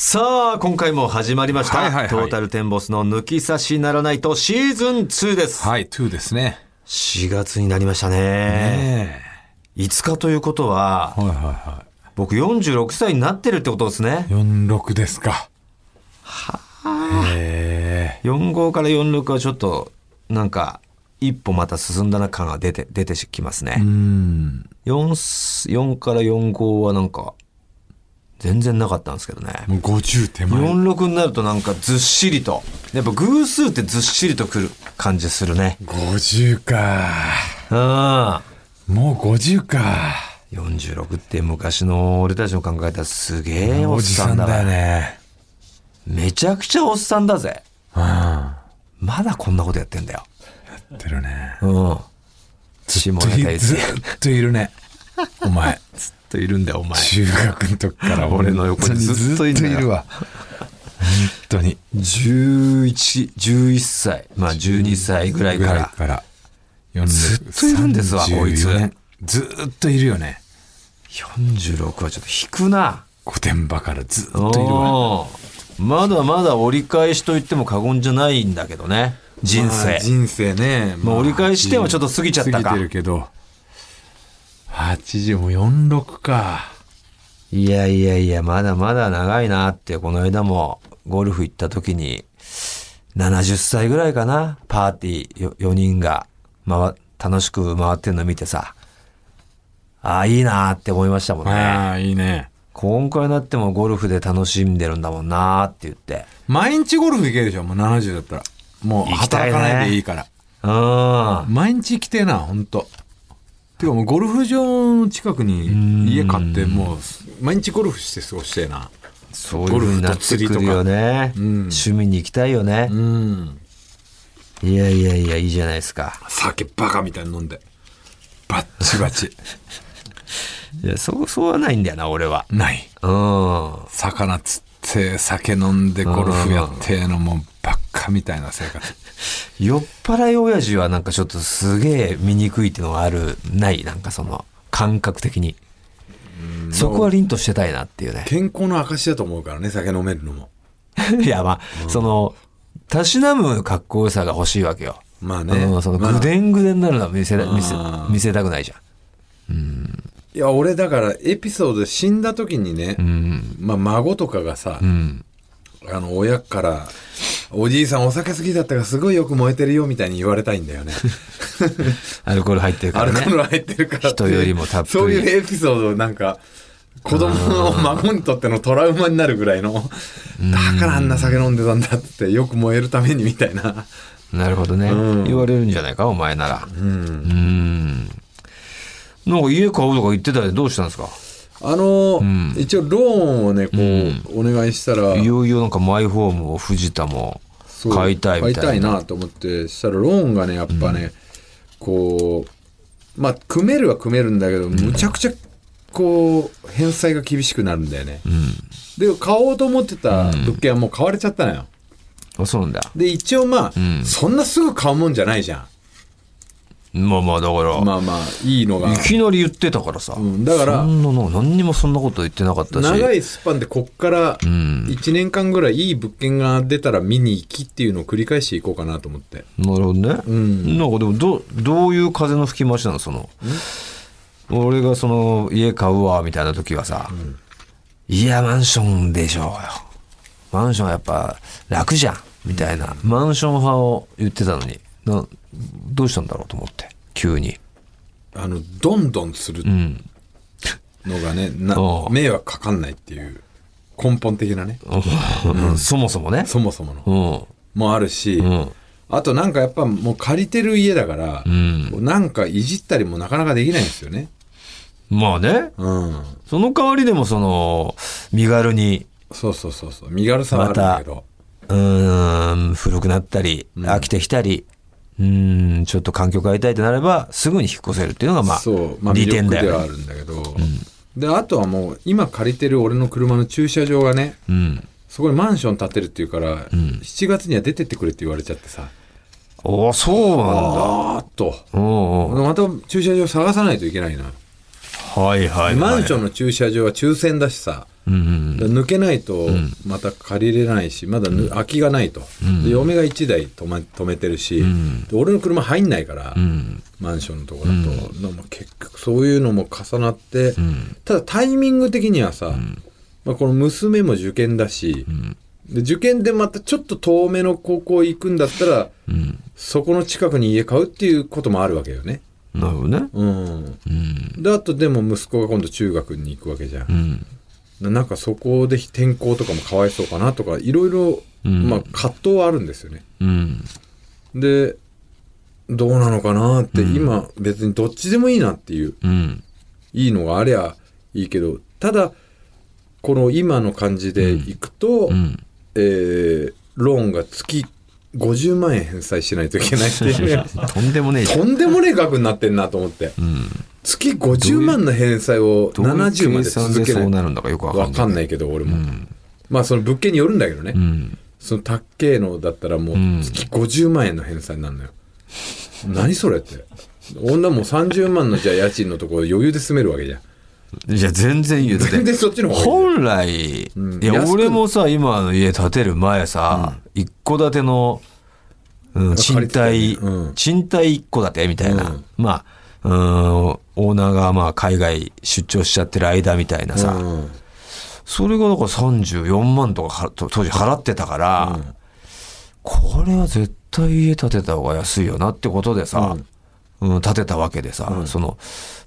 さあ、今回も始まりました。はいはいはいトータルテンボスの抜き差しならないとシーズン2です。はい、2ですね。 4月になりましたね。え5日ということはえ、はいはいは僕46歳になってるってことですねい。。46ですか。はえ45から46はちょっと、なんか、一歩また進んだな感が出て、出てきますえうね。ん。 4、4から45はなんか、全然なかったんですけどね。もう50手前。 46になるとなんかずっしりと。やっぱ偶数ってずっしりとくる感じするね。 50か。うん。もう50か。 46って昔の俺たちの考えたらすげえおおっじささんんだだよね。ね。めちゃくちゃおっさんだぜ。うん。やまだこんなことやってんだよ。ってるね。うん。下ずネタいずつっといるね。お前。ずっといるんだよ、お前中学の時から俺の横にずっといるんだよずっといるわ。本当に。 11、11歳。まあ12歳ぐらいから。ら。ずずっといるんですわこいつずっといるよね。 46はちょっと引くな。御殿場からずっといるわ。おーまだまだ折り返しと言っても過言じゃないんだけどね。人生。まあ人生ね。ま折り返し点はちょっと過ぎちゃったか過ぎてるけど。80も46か。いやいやいや、まだまだ長いなって、この間もゴルフ行った時に、70歳ぐらいかな、パーティー4人が回、楽しく回ってるの見てさ、ああ、いいなって思いましたもんね。ああ、いいね。こんくらいになってもゴルフで楽しんでるんだもんなって言って。毎日ゴルフ行けるでしょ、もう70だったら。もう行きたい働ねかないでいいから。うん。毎日行きてえな、ほんと。てかもうゴルフ場の近くに家買って、もう毎日ゴルフして過ごしてえな。そういう風になってくるよね。うん趣味に行きたいよね。うん。いやいやいや、いいじゃないですか。酒バカみたいに飲んで。バッチバ チ。いや、そう、そうはないんだよな、俺は。ない。うん。魚釣って、酒飲んでゴルフやってえのもうばっかみたいな生活。酔っ払い親父はなんかちょっとすげえ醜いっていうのがある、ない、なんかその、感覚的に。そこは凛としてたいなっていうね。 健康の証だと思うからね、酒飲めるのも。 いや、まあ、その、たしなむかっこよさが欲しいわけよ。まあうん、その、ぐでんぐでんになるのは見せた、見せあ、ー見せたくないじゃいや、俺だからエピソードで死んだ時にね、ん。うん。まあ孫とかがさ、うん。あの親から、おじいさんお酒好きだったからすごいよく燃えてるよみたいに言われたいんだ よね。アルコール入ってるかアらルコールね。入ってるからってい人うよりもたっぷりそういうエピソードをなんか子供の孫にとってのトラウマになるぐらいのだからあんな酒飲んでたんだってよく燃えるためにみたいな なるほどね。うん言われるんじゃないか、お前なら。うんうん。なんか家買うとか言ってたでどうしたんですかあの、ん一応ローンをねこう、お願いしたらいよいよなんかマイホームを藤田もそう買いたいみたいな。買いたいなと思ってしたらローンがねやっぱね、こうまあ組めるは組めるんだけど、むちゃくちゃこう返済が厳しくなるんだよね、で買おうと思ってた物件はもう買われちゃったのよあ、そうなんだ。で一応まあ、んそんなすぐ買うもんじゃないじゃまあまあ、だから、んまあまあいいのがいきなり言ってたからさ。うんだからそんなの、何にもそんなこと言ってなかったし。長いスパンでこっからん1年間ぐらいいい物件が出たら見に行きっていうのを繰り返していこうかなと思ってなるほどね。んなんかでも、ど、どういう風の吹き回しなのその。俺がその、家買うわ、みたいな時はさ、いや、マンションでしょうよ。マンションはやっぱ楽じゃん、みたいな。マンション派を言ってたのに、などうしたんだろうと思って、急に。あのどんどんするうん。のがねなおう迷惑かかんないっていう根本的なねうん そもそもね。そもそものうん。もあるし、うん。あとなんかやっぱもう借りてる家だから、んこうなんかいじったりもなかなかできないんですよね。まあね。うん、その代わりでもその、身軽に、そうそうそうそう身軽さはあるんだけど、うーん、古くなったり、ん飽きてきたり、うーん、ちょっと環境変えたいとなれば、すぐに引っ越せるっていうのが、まあ、そう、まあ、利魅点力だでよはあね。るんだけど、であとはもう今借りてる俺の車の駐車場がねうん。そこにマンション建てるっていうから、7月には出てってくれって言われちゃってさおそうなんだ。あーっとおうおうまた駐車場探さないといけないな。はいはいはい。マンションの駐車場は抽選だしさ、うんうんだから抜けないとまた借りれないし、まだぬ空きがないと、で嫁が1台止,、ま、止めてるし、で俺の車入んないから、んマンションのところだと、だからまあ結局そういうのも重なって、ただタイミング的にはさ、まあ、この娘も受験だし、で受験でまたちょっと遠めの高校行くんだったら、うんそこの近くに家買うっていうこともあるわけよね。うんなるほどねうん、うんであとでも息子が今度中学に行くわけじゃんう、んななんかそこで転校とかもかわいそうかなとかいろいろ、うんまあ、葛藤はあるんですよねうんでどうなのかなって、今別にどっちでもいいなっていううんいいのがありゃいいけどただこの今の感じでいくと、うんえーローンが月50万円返済しないといけないっていうね とんでもねえじゃんとんでもねえ額になってんなと思ってうん月50万の返済をどういう70まで計算続けそうるなるんだかよくわかわんかないんないけど俺も、んまあその物件によるんだけどね、うんその高えのだったらもんう月50万円の返済になるのよ、何それって女も30万のじゃあ家賃のところ余裕で住めるわけじゃんいや全然言うだって全然そっちの方がい本い来、うんいや安く俺もさ今の家建てる前さ、一戸建ての、うん、賃貸、借りてたよねうん賃貸一戸建てみたいな、うんまあうんオーナーがまあ海外出張しちゃってる間みたいなさ、うんそれがだから34万とかはと当時払ってたから、これは絶対家建てた方が安いよなってことでさ、うん建てたわけでさ、その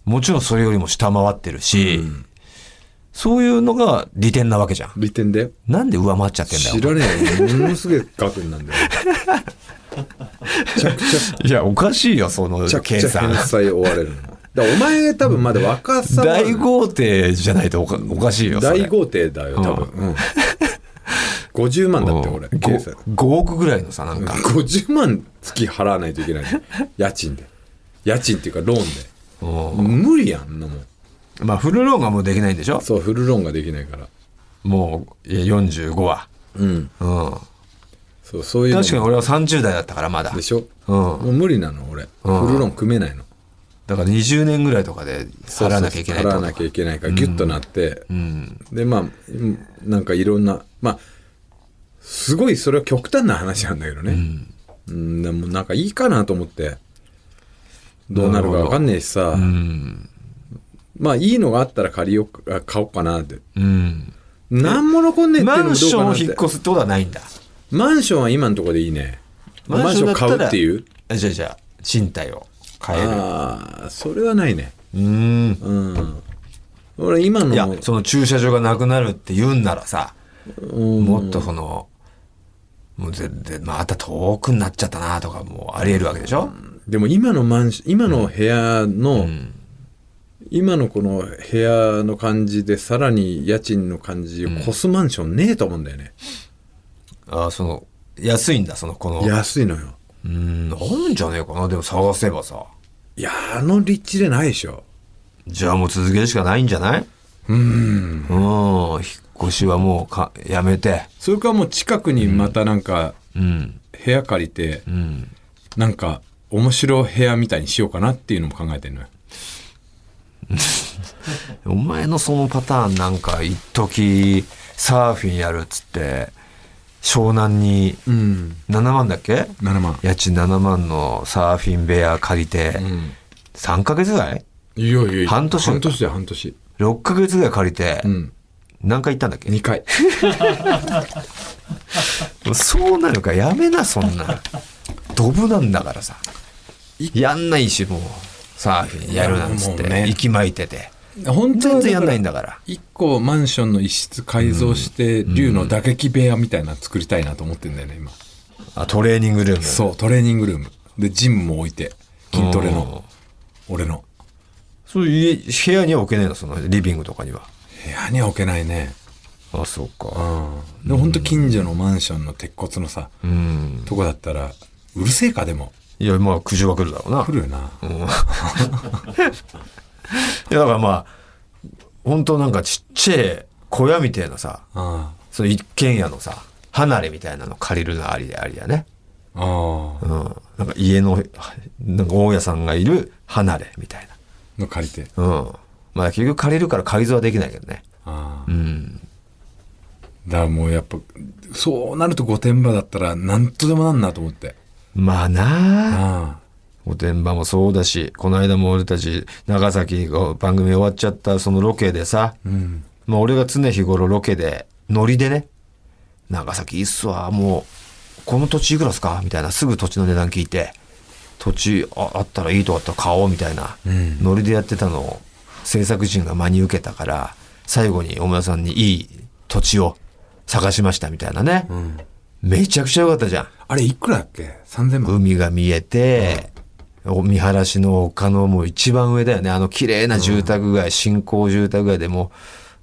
もちろんそれよりも下回ってるし、そういうのが利点なわけじゃん。利点でなんで上回っちゃってんだよ知。らねえよものすげえ額になんだ よめちゃくちゃいや、おかしいよ、そのめちゃく計ちゃ算返。済追われるのだからお前多分まだ若さは大豪邸じゃないとおかおかしいよ、それ大豪邸だよ多分、うん50万だって俺うん計算ご 5, 億ぐらいのさ、なんか。 50万月払わないといけない家賃で家賃っていうかローンうで無理やんあんなもんんまあ、フルローンがもうできないんでしょそうフルローンができないからもう、いや45は。うんうん。そうそういうのも確かに俺は30代だったから、まだ。でしょ、うんもう無理なの俺、フルローン組めないのだから20年ぐらいとかで払わなきゃいけないそうとかそう払わなきゃいけないからギュッとなって、うん。でまあうんなんかいろんなまあすごいそれは極端な話なんだけどね、うん、でもなんかいいかなと思ってどうなるかわかんねえしさ、うん。まあいいのがあったら借りようか買おうかなってうん。なんも残んねえってマいうのもンどうショかンなをって引っ越すってことはないんだ。マンションは今のところでいいねマンション買うっていうあじゃあじゃあ、賃貸を買える。ああそれはないねうん。うん俺今のいや、その駐車場がなくなるって言うんならさ、うんもっとその、もう全然、また遠くになっちゃったなとかもあり得るわけでしょでも今のマンション今の部屋の、ん今のこの部屋の感じでさらに家賃の感じを越すマンションねえと思うんだよね、ああ、その、安いんだ、その、この。安いのようん、あるんじゃねえかな、でも探せばさ。いやあの立地でないでしょじゃあもう続けるしかないんじゃないうんうん、引っ越しはもうかやめて。それかもう近くにまたなんかうん、部屋借りて、うん。なんか面白部屋みたいにしようかなっていうのも考えてるのよお前のそのパターンなんか、一時サーフィンやるっつって、湘南にうん7万だっけ7万家賃7万のサーフィン部屋借りて、うん3ヶ月ぐらいいやいやいや半年半年だよ半年 ?6 ヶ月ぐらい借りて、うん何回行ったんだっけ2回そうなのか、やめな、そんな。ドブなんだからさ。やんないし、もう、サーフィンやるなんつって、いやもうね息巻いてて。本当全は然やんないいんだから。 1個マンションの一室改造して竜の打撃部屋みたいなの作りたいなと思ってんだよね今あ、トレーニングルーム。そうトレーニングルームでジムも置いて筋トレの俺のそういう家部屋には置けないの、そのリビングとかには。部屋には置けないねあ、そううか。んでもほんと近所のマンションの鉄骨のさうん。とこだったらうるせえかでもいや、まあ、苦情は来るだろうな。来るよないや、だからまあ、本当なんかちっちゃい小屋みたいなさ、あその一軒家のさ、離れみたいなの借りるのありでありだね。あああうん。なんか家の、なんか大家さんがいる離れみたいな。の借りてうん。まあ結局借りるから改造はできないけどね。ああうん。だからもうやっぱそうなると御殿場だったら何とでもなんなと思ってまあなああおてんばもそうだしこの間も俺たち長崎が番組終わっちゃったそのロケでさ、あうんまあ、俺が常日頃ロケでノリでね長崎いいっすわもうこの土地いくらっすかみたいなすぐ土地の値段聞いて土地ああったらいいとこあったら買おうみたいな、うんノリでやってたのを制作陣が真に受けたから最後に大村さんにいい土地を探しましたみたいなね、んめちゃくちゃ良かったじゃんあれいくらだっけ3000万海が見えて、お見晴らしの丘のもう一番上だよね。あの綺麗な住宅街、新興住宅街でも、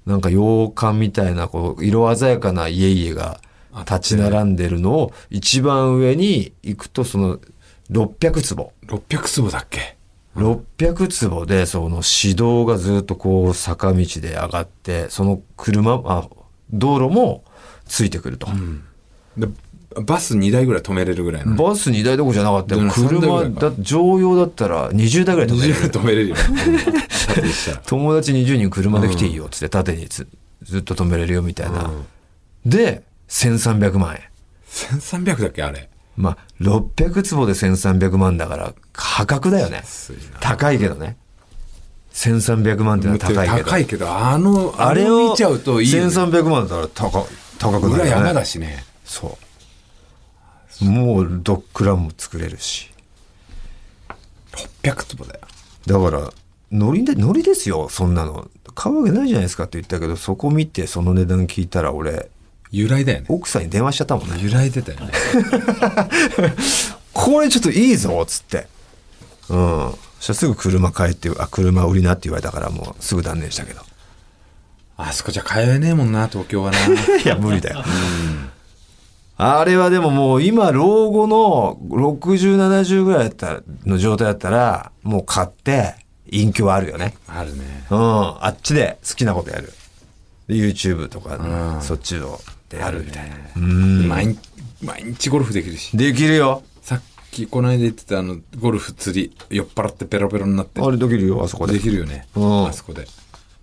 なんか洋館みたいな、こう、色鮮やかな家々が立ち並んでるのを、一番上に行くと、その、600坪。 600坪だっけ600坪で、その、市道がずっとこう、坂道で上がって、その車、あ、道路もついてくると。でバス2台ぐらい止めれるぐらいのバス2台どころじゃなかったよ。でも車3台ぐらだ、乗用だったら20台ぐらい止めれる20台止めれるよだってしたら友達20人車で来ていいよっつって縦にずずっと止めれるよみたいな、で1300万円1300だっけあれまあ600坪で1300万だから破格だよね安いな高いけどね1300万ってのは高いけど高いけどあのああれれをを見ちゃうといいよね1300万だったら高高くな裏るよ山ねだしねそうもうドッグランも作れるし600坪だよだからノリでノリですよそんなの買うわけないじゃないですかって言ったけどそこ見てその値段聞いたら俺由来だよね奥さんに電話しちゃったもんね由来出たよねこれちょっといいぞっつって。うん。そしたらすぐ車買えって、あ、車売りなって言われたからもうすぐ断念したけど。 あそこじゃ通えねえもんな東京はないや、無理だよ。あれはでももう今、老後の60、70ぐらいだったらの状態だったら、もう買って、隠居はあるよね。あるねうん。あっちで好きなことやる。で YouTube とか、うんそっちのでやるみたいな。ねうん。毎日毎日ゴルフできるしできるよ。さっきこの間言ってたあのゴルフ釣り酔っ払ってペロペロになってあれできるよ、あそこで。できるよねうんあそこで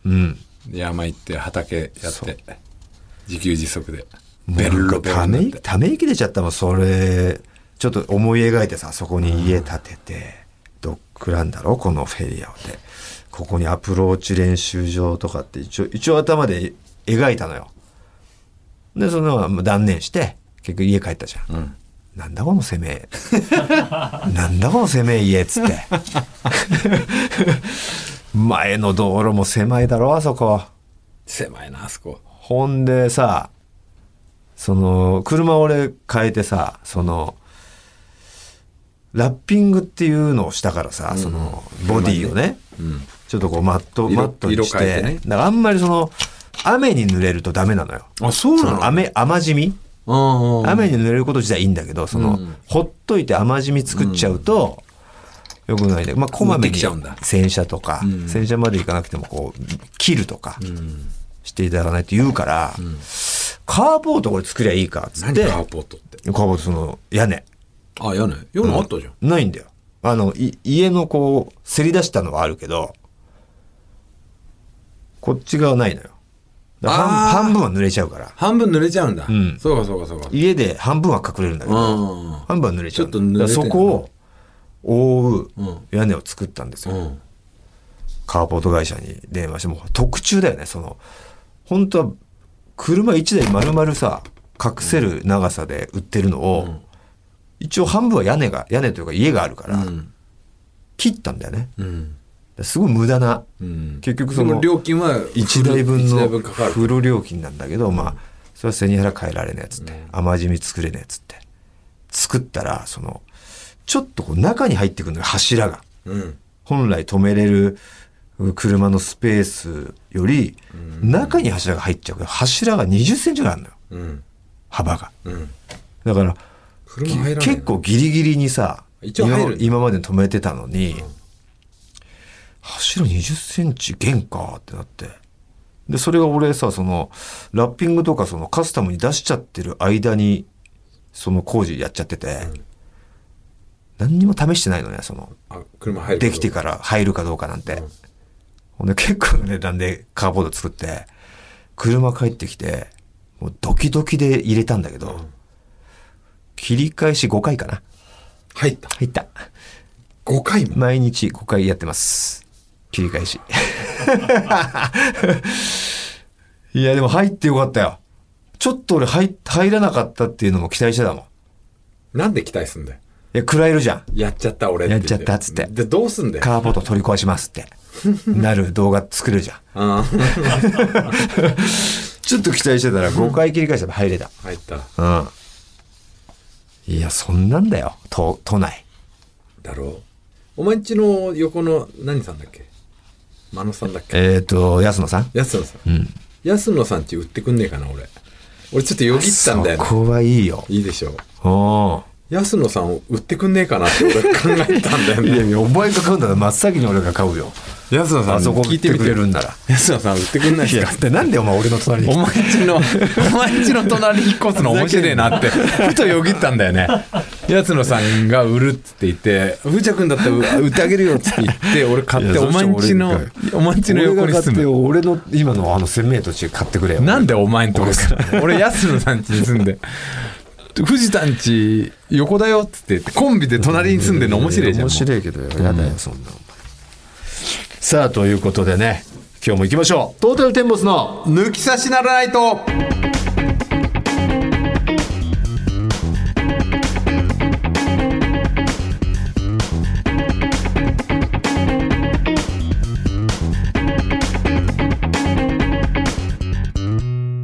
うん。山行って畑やっそうて自給自足でベベロロベベロロになってため息になってため息出ちゃったもんそれちょっと思い描いてさそこに家建てて、ドッグランだろこのフェリアをでここにアプローチ練習場とかって一応一応頭で描いたのよでそのまま断念して結局家帰ったじゃん、んなんだこの攻め なんだこの攻め家っつって 前の道路も狭いだろあそこ狭いなあそこほんでさ、その、車俺変えてさ、その、ラッピングっていうのをしたからさ、その、ボディをね、うんちょっとこうマット、色マットにして、色変えてねだからあんまりその、雨に濡れるとダメなのよ。あそうその雨、雨染みの雨に濡れること自体いいんだけど、その、うんほっといて甘染み作っちゃうと、よくないね。まあ、こまめ持ってにきちゃうんだ洗車とか、うん洗車まで行かなくても、こう、切るとか、していただかないと言うから、カーポートこれ作りゃいいか、つっ何て、カカーーポートってポートその屋根。あ屋根屋根あったじゃんないんだよ。あの、い家のこう、せり出したのはあるけど、こっち側ないのよ。だからあー半半分は濡れちゃうから。半分濡れちゃうんだんそうかそうかそうか家で半分は隠れるんだけど、うん半分は濡れちゃうちょっと濡れてんそのこを覆ううん屋根を作ったんですよ、うんカーポート会社に電話してもう特注だよねその本当は車1台丸々さ隠せる長さで売ってるのを、一応半分は屋根が屋根というか家があるから、うん切ったんだよねうんすごい無駄なうん結局そのでも料金は1台分一の台分かかる風呂料金なんだけど、まあ、それは背に腹変えられねえっつって、甘じみ作れねえっつって。作ったら、その、ちょっとこう中に入ってくるのよ、柱が。うん本来止めれるう車のスペースより、中に柱が入っちゃうから、柱が20センチぐらいあるのよ、うん幅が。うんだから、車入らない結構ギリギリにさ一応入る今今まで止めてたのに、柱20センチ限かってなってでそれが俺さそのラッピングとかそのカスタムに出しちゃってる間にその工事やっちゃってて、何にも試してないのねそのあ車入るできてから入るかどうかなんて。ほんで結構な値段でカーボード作って、車帰ってきて、ももうドキドキで入れたんだけど、切り返し5回かな。入った。入った。 5回も。毎日5回やってます。切り返し。 いや、でも入ってよかったよ。ちょっと俺入、入らなかったっていうのも期待してたもん。いなんで期待すんだよ。や、食らえるじゃん。やっちゃった俺って言やっちゃったっつってで、どうすんだよ。カーポート取り壊しますって。なる動画作れるじゃん。ああちょっと期待してたら5回切り返したら入れた。入った。うん。いや、そんなんだよ。都、都内。だろう。お前んちの横の何さんだっけ真野さんだっけえっ、ー、と、安野さん安野さん。安野さんち売ってくんねえかな、俺。俺ちょっとよぎったんだそよね。こはいいよ。いいでしょう。おー安野さんを売ってくんねえかなって俺考えたんだよいやね。いや、お前が買うんだら真っ先に俺が買うよ。安野さあんそこ聞聞いいててみくてれるんなら。安野さん売ってくんないいですや、かってなんでお前俺の隣にお前んちの、お前んちの隣引っ越すの面白いなって、ふとよぎったんだよね。やつのさんが売るっつって言って、ふーちゃくんだったら売ってあげるよっつって言って、俺買っいて、やお前んちのそしたら、お前んちの横俺にが買って住む。よ俺の今のあの鮮明として買ってくれよ。なんでお前んとこから。 俺、やつのさんちに住んで。藤田んち横だよっつって言ってコンビで隣に住んでるの面白いじゃん面白いけどよ。やだよ、そんなお前。さあ、ということでね、今日も行きましょう。トータルテンボスの、抜き差しならないと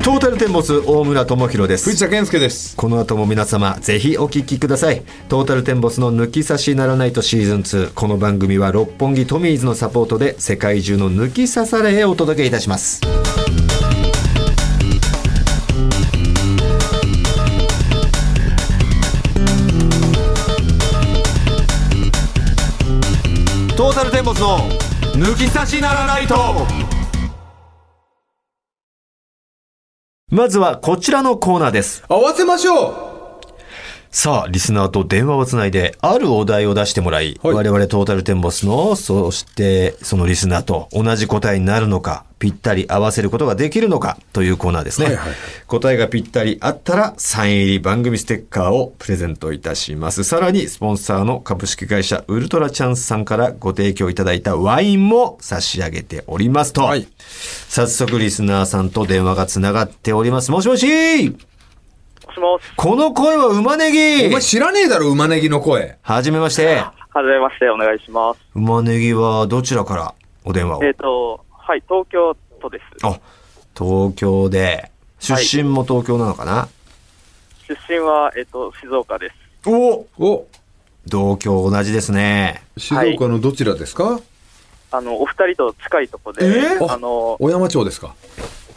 トータルテンボス大村智弘です藤。田健介ですこの後も皆様ぜひお聞きくださいトータルテンボスの抜き差しならないとシーズン2この番組は六本木トミーズのサポートで世界中の抜き差されへお届けいたしますトータルテンボスの抜き差しならないとまずはこちらのコーナーです合わせましょさあ、リスナーと電話をつないで、あるお題を出してもらい、はい我々トータルテンボスの、そして、そのリスナーと同じ答えになるのか、ぴったり合わせることができるのか、というコーナーですね。はいはいはい答えがぴったりあったら、サイン入り番組ステッカーをプレゼントいたします。さらに、スポンサーの株式会社、ウルトラチャンスさんからご提供いただいたワインも差し上げておりますと。はい早速、リスナーさんと電話がつながっております。もしもしもしもし。この声は馬ネうギお前知らねえだろ馬ネギの声はじめまして。はじめまして、お願いします。馬ネギはどちらからお電話をえっ、と、はい、東京都です。あ、東京で。出身も東京なのかな、出身は、えっ、と、静岡です。おお同郷同じですね。静岡のどちらですか、あの、お二人と近いとこで、えーあの、小山町ですか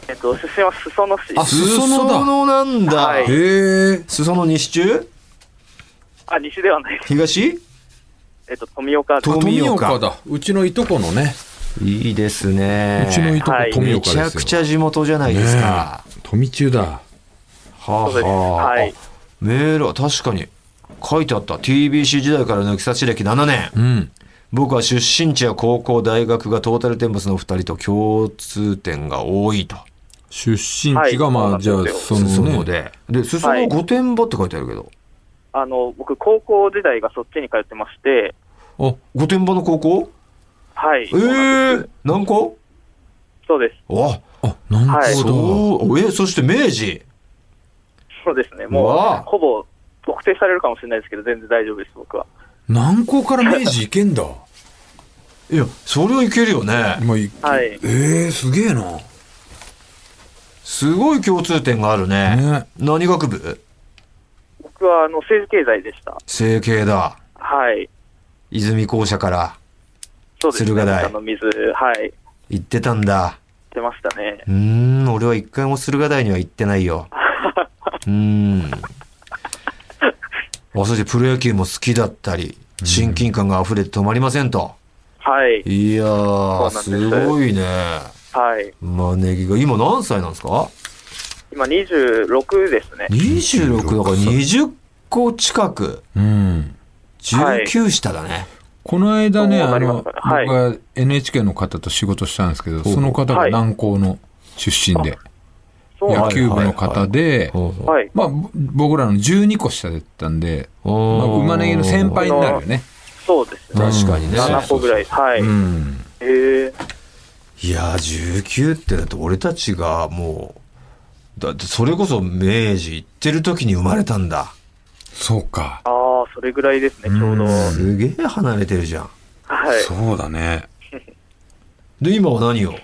えっ、と、出身は裾野市。あ裾野だ裾野なんだ。はいへえ裾野西中あ、西ではないです。東えっ、と、富岡ですと富富岡岡だうちのいとこのね、いいですね。うちのいとこはい富め岡ですちよゃくちゃ地元じゃないですか。ねえ富中だはあ、そうですはあはいメールは確かに書いてあった。TBC 時代から抜き差し歴7年。うん僕は出身地や高校、大学がトータルテンボスのお二人と共通点が多いと。出身は地いがまあ、じゃそうあなんですそよ裾の野ねで。で、裾は野い御殿場って書いてあるけど。あの、僕、高校時代がそっちに通ってまして、あ御殿場の高校はい。ええそうなんですー、何校そうです。あ、あなんかはだいそう。え、そして明治。そうですね。うわあもう、ほぼ、特定されるかもしれないですけど、全然大丈夫です、僕は。南高から明治行け んだいや、それはいけるよね。今いはい。えー、すげえなすごい共通点があるね。ね何学部僕は、あの、政治経済でした。整形だ。はい。泉校舎からそうですね。駿河台あの、水、はい。行ってたんだ。出ましたね。うーん、俺は一回も駿河台には行ってない よ。うーん。あ、そしてプロ野球も好きだったり、親近感が溢れて止まりませんと。はい。いやー、そうなんすですごいね。はい。マネギが、今何歳なんですか今26ですね。 ?26 だから20個近く、うんはい19下だね。この間ね、そうあなりの、ますからはい僕が NHK の方と仕事したんですけど、その方がはい南高の出身で。そうなやんではすいよは野い球部の方で、ほうほうはい。まあ、ぼ僕らの12個下だったんで、まあ、おー馬ネギの先輩になるよね。そうですね。確かにね。うん7個ぐらい。はい。うへん。え。いやー、19ってだって俺たちがもう、だってそれこそ明治行ってる時に生まれたんだ。そうか。ああ、それぐらいですね、ちょうど。うんはい。すげえ離れてるじゃん。そうだね。で、今は何を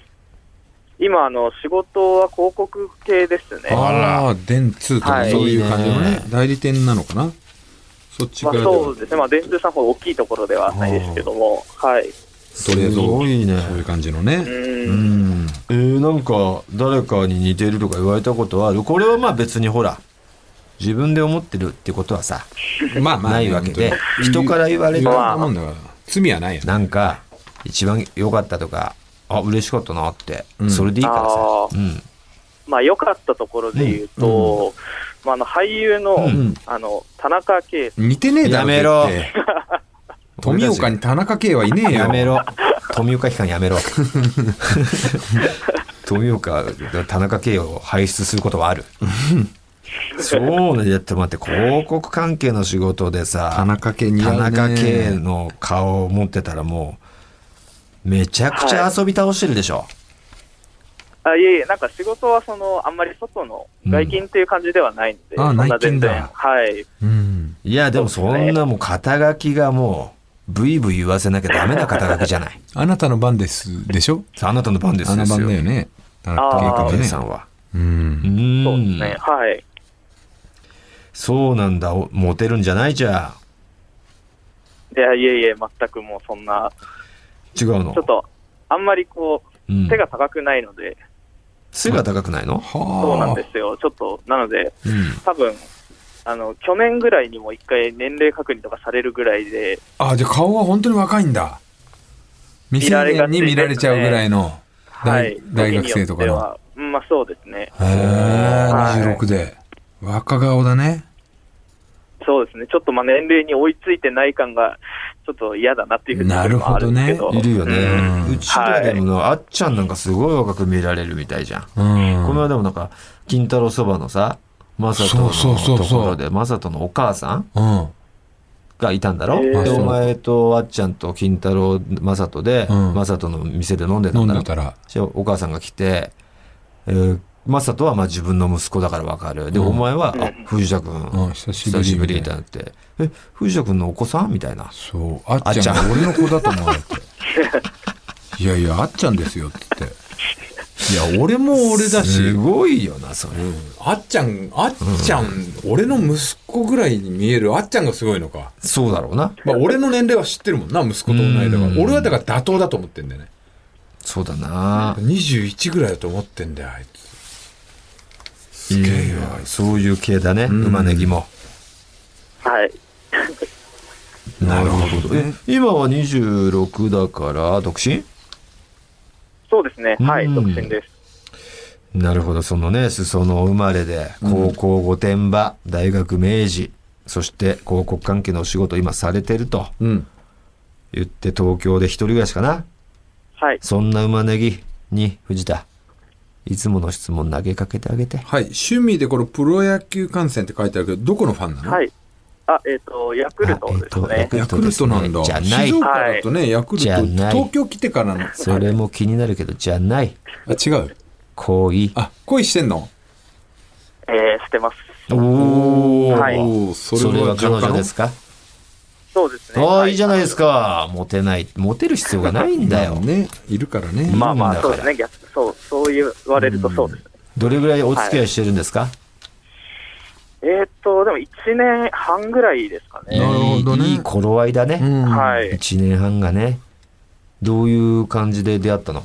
今、あの、仕事は広告系ですね。あらあら、電通とかはいそういう感じのいいねね、代理店なのかなそっちまかあらではそうですね。まあ、電通さんほど大きいところではないですけども。はい。とりあえずすごいね。そういう感じのね。う。うんん。えー、なんか誰かに似てるとか言われたことはあるこれはまあ別にほら自分で思ってるってことはさまあまあ、ないわけで本当に人から言われて言われたもんだから。罪はないよね。なんか一番良かったとかあ嬉しかったなって、うんそれでいいからさあ、ーうん、まあ、良かったところで言うと、まあ、あの、俳優のん、あの、田中圭似てねえだろ。やめろ絶対富岡に田中圭はいねえよ。やめろ富岡機関や めろ富岡田中圭を輩出することは あるそうねだって待って広告関係の仕事でさ田中圭似合田うね。中圭の顔を持ってたらもうめちゃくちゃ遊び倒してるでしょ、あ、いえいえ、なんか仕事はその、あんまり外の外勤っていう感じではないので、うんあそんな全内然。勤はい。うん。い、やでもそんなもう肩書きがもうブイブイ言わせなきゃダメな肩書きじゃないあなたの番ですでしょあなたの番ですあのです番だよよね。田あ中ー圭圭君さはね。んはう。うんんそうですね。はい。そうなんだおモテるんじゃないじゃあいや、いえいえ、全くもうそんな、違うのちょっと、あんまりこうう、ん手が高くないので、背が高くないの、はあ。そうなんですよ。ちょっと、なので、うん多分、あの、去年ぐらいにも一回年齢確認とかされるぐらいで、あ、じゃあ顔は本当に若いんだ。未見ら成れが年ちですにね見られちゃうぐらいの。はい。大大学生とかの時によってはうん、まあそうですね。へえ、はい26で。若顔だね。そうですね。ちょっとまあ年齢に追いついてない感が、ちょっと嫌だなっていうふうになるほどねいるよね、ううんちらでもな、あっちゃんなんかすごい若く見られるみたいじゃんうん。この間もなんか金太郎そばのさマサトそうそうそうのそうところでマサトのお母さんうん。がいたんだろ、へーでお前とあっちゃんと金太郎マサトで、うんマサトの店で飲んでた飲んんだでろたら。そしてお母さんが来て、えーマサトはまあ自分の息子だからわかるで、うんお前は、うんあ藤田君、うん、久しぶり。久しぶりだなってえ藤田君のお子さんみたいなそう。あっちゃんあっちゃが俺の子だと思われて。 いやいや、あっちゃんですよって言って。いや、俺も俺だすし。ごいよなそれ、あっちゃん、あっちゃん、俺の息子ぐらいに見えるあっちゃんがすごいのか。そうだろうなまあ、俺の年齢は知ってるもんな、息子と同いだからう。ん俺はだから妥当だと思ってんだよね。そうだな21ぐらいだと思ってんだよ、あいつ。すげえよ、あいつ。そういう系だね、ん馬ネギもはい。なるほどねえ今は26だから独身そうですね。はうい。ん独身です。なるほどそのね裾野生まれで高校御殿場、大学明治そして広告関係のお仕事を今されてるとうん。言って東京で一人暮らしかなはい。そんな馬ネギに藤田いつもの質問投げかけてあげてはい。趣味でこのプロ野球観戦って書いてあるけど、どこのファンなの。はいい。あ、えっ、と、ヤクルトあえでっすとね。ヤクルトなんだ。じゃない静岡だとね、ヤクルじゃト、ない東京来てからの。あ、それも気になるけどじゃない違う。恋あ、恋してんのえー、してます。おーはいおーそそれは彼女ですかかそうですね。あはあ、いいじゃないですか。モテない。モテる必要がないんだよ。ね、いるからね。ままあまいいんだかあ、そらうですね。逆そう、そう言われるとそうですね。どれぐらいお付き合いしてるんですか、えっ、と、でも1年半ぐらいですかい、ね。なるほどねいい頃合いだね。んはい一1年半がね。どういう感じで出会ったの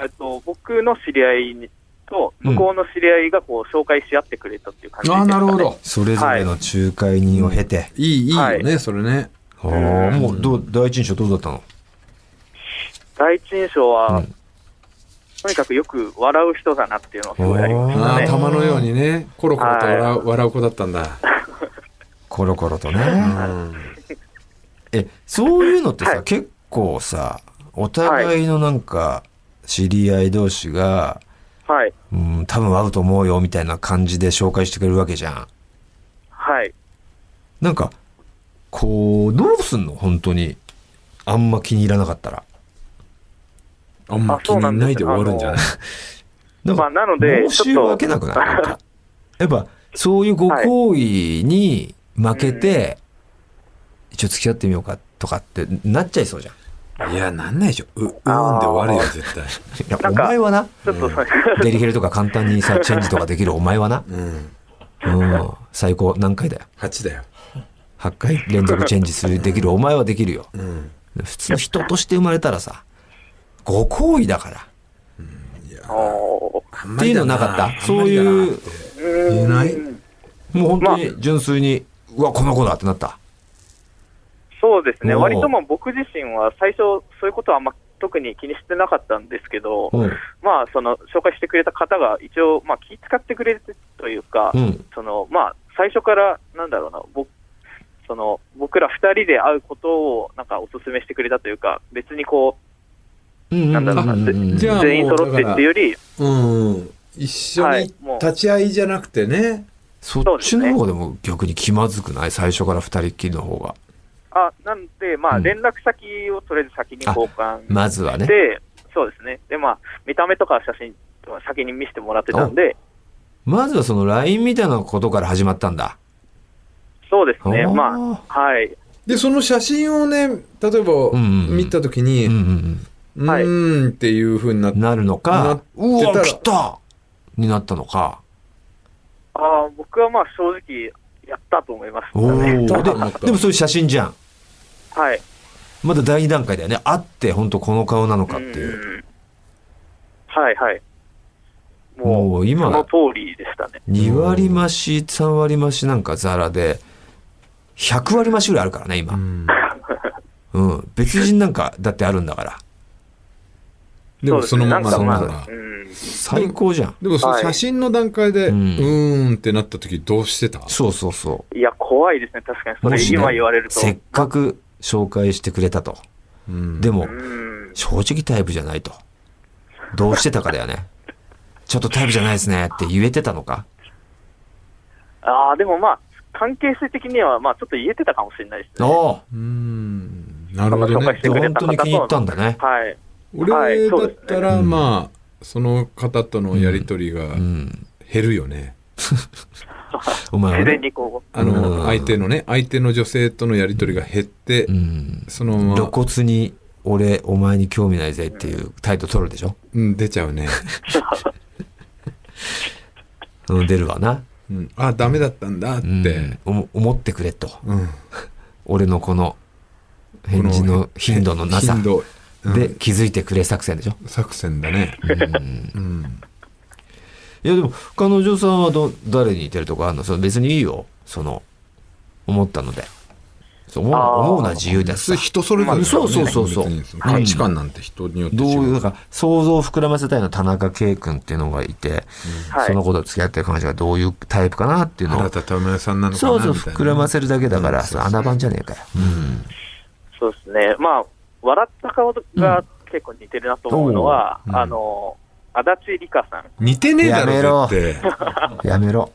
えっと、僕の知り合いにと、向こうの知り合いがこう紹介し合ってくれたっていう感じです、ねあ、なるほど。。それぞれの仲介人を経て。いい、いいはよね、いそれね。ああ、もうどう、第一印象どうだったの第一印象は、うんとにかくよく笑う人だなっていうのはすごいありましあたあ、ーね。玉のようにね、コロコロと笑う笑う子だったんだ。コロコロとうね。んえ、そういうのってさ、はい結構さ、お互いのなんか、知り合い同士が、はい、うん、多分合うと思うよみたいな感じで紹介してくれるわけじゃん。はい。なんか、こう、どうすんの本当に。あんま気に入らなかったら。あんま気にないで終わるんじゃないなんまあなので申し訳なくない。なんかやっぱ、そういうご好意に負けて、一応付き合ってみようかとかってなっちゃいそうじゃん。いや、なんないでしょ。う、うーんで終わるよ、絶対。いや、なおんか前はな、 ちょっとそれ、デリヘルとか簡単にさ、チェンジとかでき るお前はな、うん。うん、最高何回だよ。 8だよ。 8回連続チェンジする、できるお前はできるよ。うん。普通の人として生まれたらさ、ご好意だから。おーあんっまていうりだのななかった。あそんうまりだいなう、言えないもう本当に純粋に、うわ、この子だってなった。そうですね、おー割ともう僕自身は最初、そういうことはあんま特に気にしてなかったんですけど、うん。まあ、その紹介してくれた方が一応、まあ、気遣ってくれてというか、うん。そのまあ、最初から、なんだろうな、僕その僕ら2人で会うことをなんかお勧めしてくれたというか、別にこうん。なんだろうなうんうんうんじゃあもうう、全員揃ってっていうより、うん。一緒はにいもう立ち会いじゃなくてね。そっちの方がでも逆に気まずくない最初から二人っきりの方が。あなんで、まうあ、ん連絡先をとりあえず先に交換まずはね。で、そうですね、でまあ、見た目とか写真とか先に見せてもらってたんで、まずはその LINE みたいなことから始まったんだ。そうですね、あーまあ、はい、で、その写真をね、例えばんうん見たときうに、んううんはいーんっていうふうになっうん。なるのなかっ、うてたわ、ら来たになったのか。あー僕はまあ正直、やったと思いましたおお。ね。で、なったでもそういう写真じゃん。はい、まだ第二段階だよね。会って本当この顔なのかっていう。うんはいはい。ももう、う今その通りでしたね。 2割増し、3割増しなんかザラで、100割増しぐらいあるからね、た。今。うんうん。別人なんか、だってあるんだから。でもそのままだそうですかねなんなまかうん最高じゃん。でもそのはい写真の段階で、ううんーんってなった時どうしてたそうそうそいや、怖いですね、確かに。う。それ、ね今言われると。せっかく紹介してくれたと。うんでもう、ん。正直タイプじゃないと。どうしてたかだよね。ちょっとタイプじゃないですねって言えてたのか。ああ、でもまあ、関係性的には、まあ、ちょっと言えてたかもしれないですね。おうーんなるほど紹介ねでしてくれ本た当に気に入ったんだね。 はい。はい俺だったそうですらねまあその方とのやり取りがうん。減るよねお前 自は然ね。にこう。あうんの相手のね相手の女性とのやり取りが減ってうん。そのま露ま骨に、俺、お前に興味ないぜっていう態度取るでしょ。うん出ちゃうねうん、出るわな。うんあダメだったんだってうん、おも思ってくれと。うん俺のこの返事の頻度のなさ頻度うんで気づいてくれ作戦でしょ。作戦だねうんいやでも彼女さんはど誰に似てるとかあるのその別にいいよその思ったのでそう思うなあー思うな自由だしそされ人それぞれだからそねうそうそうそう別にの価値観なんて人によってどう違いううなんか想像を膨らませたいの田中圭君っていうのがいて、はいその子と付き合ってる彼女がどういうタイプかなっていうの原を田珠代さんなのかそうなそうみたいな膨らませるだけだから、うんその穴番じゃねえかよ、そうですね。まあ、笑った顔が結構似てるなと思うのは、うんあの、足立梨花さん。似てねえだやめろろ絶対うんやめろ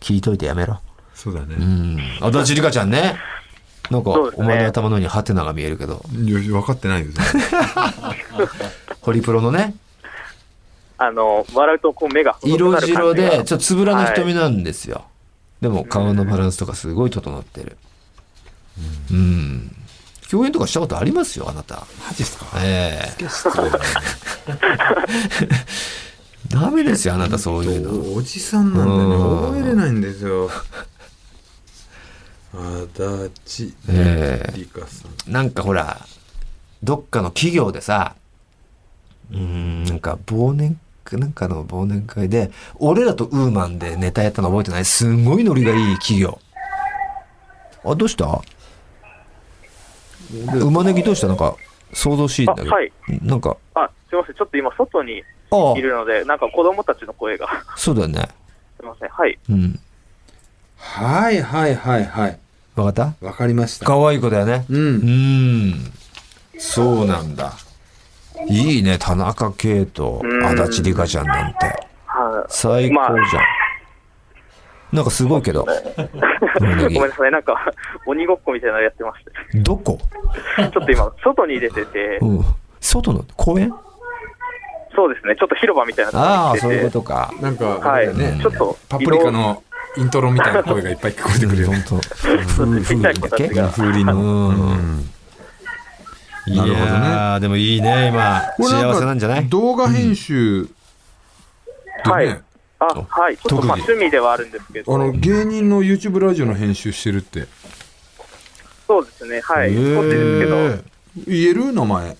聞いといてやめろそうだうね。ん足立梨花ちゃんねなんか、そうですおね前の頭の上にハテナが見えるけどいや分かってないよ。全然ホリプロのねあの、笑うとこう目が細く色なる感じが白でちょっとつぶらな瞳なんですよ、でも顔のバランスとかすごい整ってるうん、共演とかしたことありますよあなたマジっすかええダメですよあなたそういうのおじさんなんだうんね。覚えれないんですよ。足立ええ梨花さん。なんかほらどっかの企業でさうんなんか忘年なんかの忘年会で俺らとウーマンでネタやったの覚えてないすんごいノリがいい企業あどうした馬ネギどうしたなんか想像しいんだけど、あはいなんかあ、すいません。ちょっと今、外にああいるので、なんか子供たちの声が。そうだよねすいません。はい。うんはいはいはいはい。わかっわかりましたた。可愛い子だよねう。うんんそうなんだいいね田中圭とうん足立梨花ちゃんなんてあ最高まあじゃん。なんかすごいけど。ごめんなさい、なんか、鬼ごっこみたいなのやってましどこた。ちょっと今、外に出ててう、ん。外の公園そうですね、ちょっと広場みたいなとこあろあ、に出そういうこてて、とか。なんか、あはれだねい、ちょっと、パプリカのイントロみたいな声がいっぱい聞こえてくるよね。本当。風ちっちゃい子たちが風 鈴の。うん。なるほどねね。でもいいね、今。幸せなんじゃない動画編集でね、はい移動、あ、はい、ちょっとま特あ技趣味ではあるんですけあのど、芸人の YouTube ラジオの編集してるって。そうですね、はい、へ撮ってるんですけど、ー言える名前。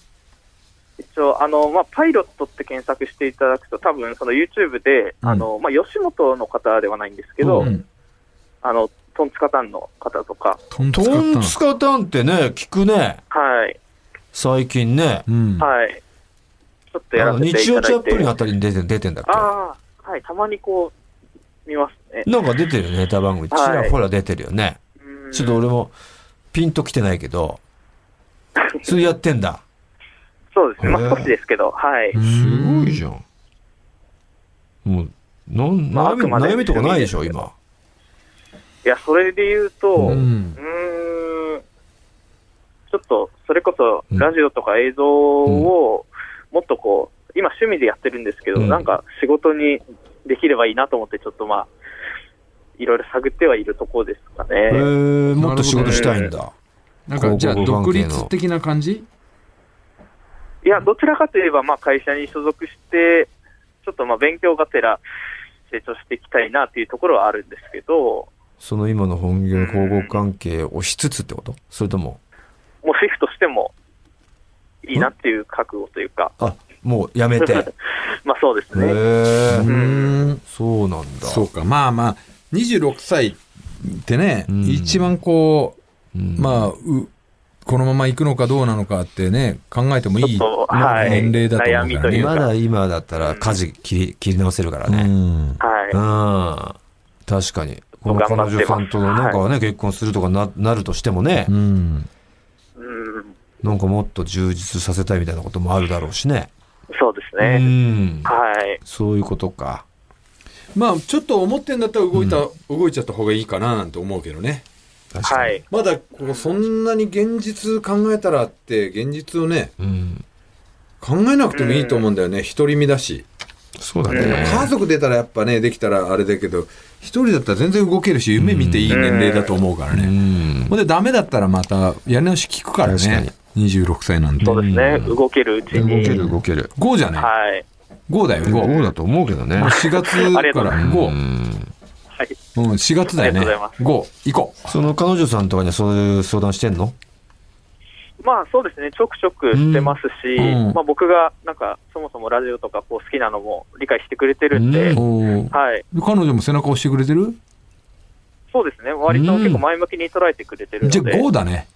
一応、あの、まあ、パイロットって検索していただくと、多分、その YouTube で、うんあの、まあ、吉本の方ではないんですけど、うんあの、トンツカタンの方とか、トンツトカタンンツカタンってね、聞くね。はい、最近ね。うんはい、ちょっとやあらのせてい日た曜チャだいップリンてあ、たりに出て出てんだっけああ、はい、たまにこう、見ますね。なんか出てるネタ番組。ちはいらほら出てるよね。うんちょっと俺もピンときてないけど。それやってんだ。そうですね、まへあ、ー少しですけど、はい。すごいじゃん。もう、なんまあ悩みあくまで悩みとかないでしょ、今。いや、それで言うと、うう、うんんーん、ちょっと、それこそ、ラジオとか映像を、もっとこう、今、趣味でやってるんですけど、うんなんか、仕事にできればいいなと思って、ちょっとまあ、いろいろ探ってはいるところですかえね。ー、もっと仕事したいんだ。なんかじゃあ広告独関係の立的な感じいや、どちらかといえば、まあ、会社に所属して、ちょっとまあ、勉強がてら、成長していきたいなっていうところはあるんですけど、その今の本業の広告関係をしつつってことそれとも、もうシフトしてもいいなっていう覚悟というか、あ、もうやめて。 へまあそうですね。えう、んんそうなんだ。そうかまあまあ26歳ってねうん一番こうんうまあうこのまま行くのかどうなのかってね考えてもいちいょっと、まあはい。年齢だと思うからね悩みというまか。だ今だったら家事切り切り直せるからうね。んうはん。確かに。この頑彼張ってます女さんとのなんかはね、結婚するとかななるとしてもねう、んい。うん。なんかもっと充実させたいみたいなこともあるだろうしね。そうですうね。ん。はい。そういうことか。まあちょっと思ってんだったら動いた動いちゃった方がいいかななんて思うけどね確かに。はい。まだこうそんなに現実考えたらって現実をねうん。考えなくてもいいと思うんだよね独り身だしそうだうんね。家族出たらやっぱねできたらあれだけど一人だったら全然動けるし夢見ていい年齢だと思うからうね、ん。ほんでダメだったらまたやり直し聞くから確かね26歳なんてそうですね。動けるうち動けに。る動ける。 5じゃないはい。 5だよ5 5だと思うけどねもう。4月ありかがとうござらい5はい。うん4月だよねありがとうござ5行いこその彼女さんとかにはそういう相談してんのまあそうですね。ちょくちょくしてますし、うんうんまあ僕がなんか、そもそもラジオとかこう好きなのも理解してくれてるんで、ううおーはい。で彼女も背中押してくれてるそうですね。割と結構前向きに捉えてくれてるのじゃあで、 5だね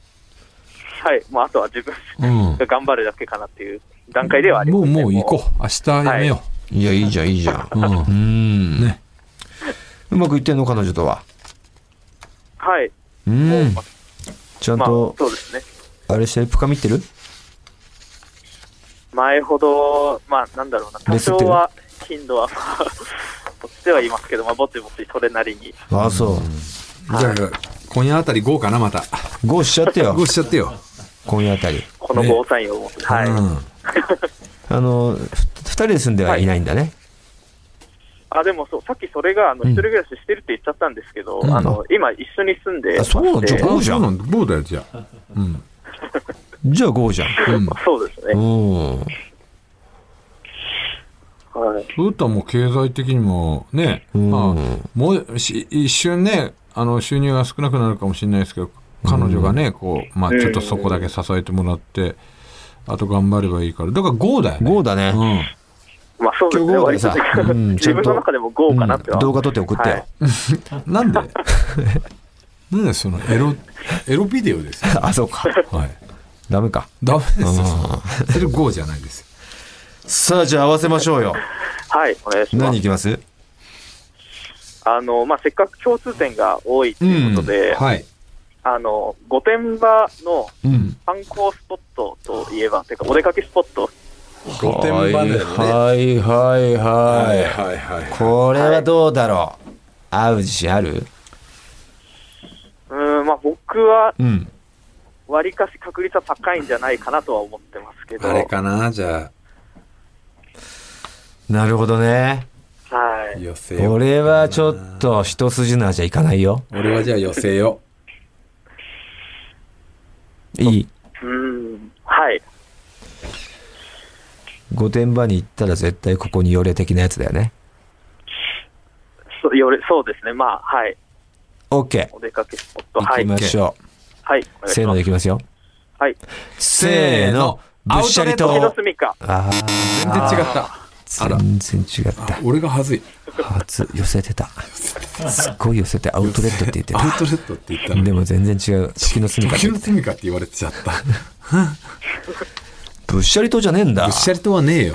はい。まああとは自分うんが頑張るだけかなっていう段階ではありまもすうね。もう行こう明日やめよいや、いいじゃん、いいじゃんう。う、。うんね。うまくいってんの彼女とは。う。はい。うん。ちゃんまあそと、うですね。あれしてる、深見ってる前ほど、まあ、なんだろうな、多レスっ少てるは頻度は、まあ、落ちてはいますけど、まあ、ぼちぼちそれなりに。ああ、そじゃあ今夜あたり5かなまたう。ゴーしちゃってよ5、しちゃってよ今夜あたり。このねゴーサインを持って、はい。うんあの、ふ二人で住んではいないんだね。あ、でもそう、さっきそれが、あの、うん一人暮らししてるって言っちゃったんですけど、んあの、今一緒に住んであまそうなんして、じゃあゴーじゃんあそうなんだ5だよじゃあうんじゃあ、ゴーじゃん。うんそうですね。うん。はい。そういったらもう経済的にもね、うんまあ、もうし一瞬ね、あの収入が少なくなるかもしれないですけど、彼女がね、こう、まあちょっとそこだけ支えてもらって、あと頑張ればいいから。だから5だよね。ゴーだね。まあ、そうですね、今日ゴーで割とさうんちゃ自んと分の中でもゴーかなっては。動画撮って送ってはいよ。うん。なんで なんでそのエロ、エロビデオですよ。あ、そうか。はい。ダメか。ダメですよ。それ5じゃないですよ。さあ、じゃあ合わせましょうよ。はい、お願いしま何すい。きますあの、まあ、せっかく共通点が多いっていうことで、はい。あの、御殿場のうん。観光スポットといえば、というか、お出かけスポット露天バネルね。はいはいははいはいい。はいはい。これはどうだろう合う自信あるうん、まあ僕はうん。割かし確率は高いんじゃないかなとは思ってますけど。あれかなじゃなるほどね。あ、はい。寄せよう。これはちょっと一筋縄じゃいかないよ。俺はじゃあ寄せよいい。うん、はい。御殿場に行ったら絶対ここに寄れ的なやつだよね。そよれそうですね。まあ、はい。 OK。お出かけスポット。行はきい。ましょはい。おう。願いせしーのまですいきますよ。はい。せーの。ぶっしゃり時のと。住みか。 あう。全然違った。あ、全然違っあ俺がはずい。た。初、寄せてた。すっごい寄せて、アウトレットって言ってアウた。トレットって言ったの。でも全然違う。時の住みか時の住みかって言われてちゃった。ぶっしゃりとじゃねえんだぶっ。しゃりとはねえよ。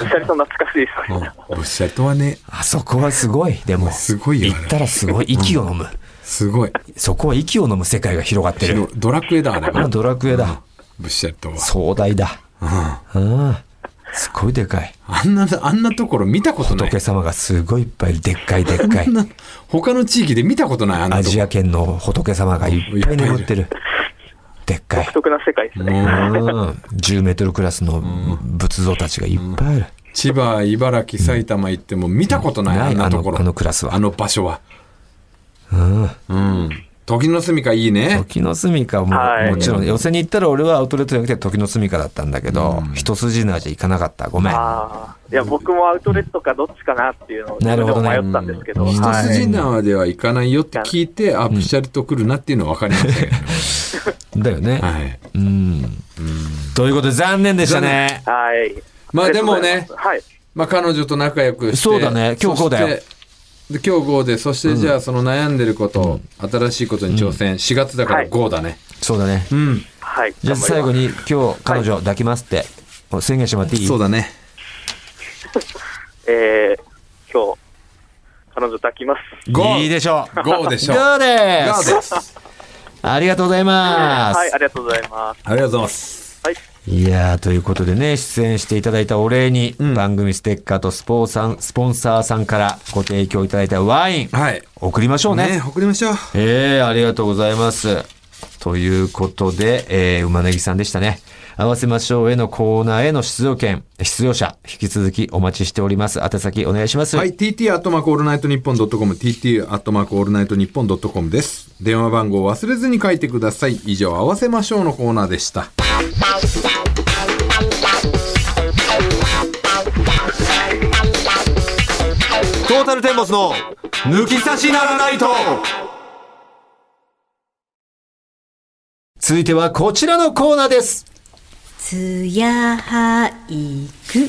おっしゃりと懐かしいですね。うんぶっしゃりとはねあそこはすごい。でも、すごいよあれ行ったらすごい。息を飲む。え。すごい。そこは息を飲む世界が広がってる。ドラクエだ、あれあは。ドラクエだ。ぶっしゃりとは。壮大だ。ううんん。すごいでかい。あんな、あんなところ見たことない仏。様がすごいいっぱいでっかいでっかいあん。な他の地域で見たことない、あんなアとジこア圏の仏様がいっぱい眠ってる。でっかい独。特な世界ですうね。うんん。10メートルクラスの仏像たちがいっぱいある。千葉、茨城、埼玉行っても見たことない、ないあんなところ。あのあのクラスはあの場所は。うん。時の住みかいい ね。時の住みかも、はいもちろん、寄せに行ったら俺はアウトレットじゃなくて時の住みかだったんだけど、一筋縄じゃいかなかった。ごめん。ああ。いや、僕もアウトレットかどっちかなっていうのをなるほどね自分でも迷ったんですけど。一はい筋縄ではいかないよって聞いて、あ、ぶっしゃりと来るなっていうのは分かりましたけどね。だよね。はい。うん。ということで残念でしたね。はい。まありでがとうごもざいねます、はい。まあ、彼女と仲良くしてそうだね今日こうだよそしてで今日5でそしてじゃあその悩んでること、新しいことに挑戦、4月だかはらい5だね、そうだね。うんはい。じゃあ最後に今日彼女抱きますって、宣言してもらっていいそうだねえー、今日、彼女抱きます。ゴーいいでしょう。 5でしょゴーで5す。ですありがとうございます。はい、ありがとうございます。ありがとうございますはい。いやー、ということでね、出演していただいたお礼に、ん番組ステッカーとスポーさんスポンサーさんからご提供いただいたワイン、はい送りましょうね。ね送りましょうええありがとうございます。ということで、えー、馬ネギさんでしたね。合わせましょうへのコーナーへの出場権、出場者、引き続きお待ちしております。宛先お願いします。はい TT アットマークオールナイトニッポンドットコム TT アットマークオールナイトニッポンドットコムです電話番号を忘れずに書いてください以上合わせましょうのコーナーでしたトータルテンボスの抜き差しならないと続いてはこちらのコーナーです。つやはいく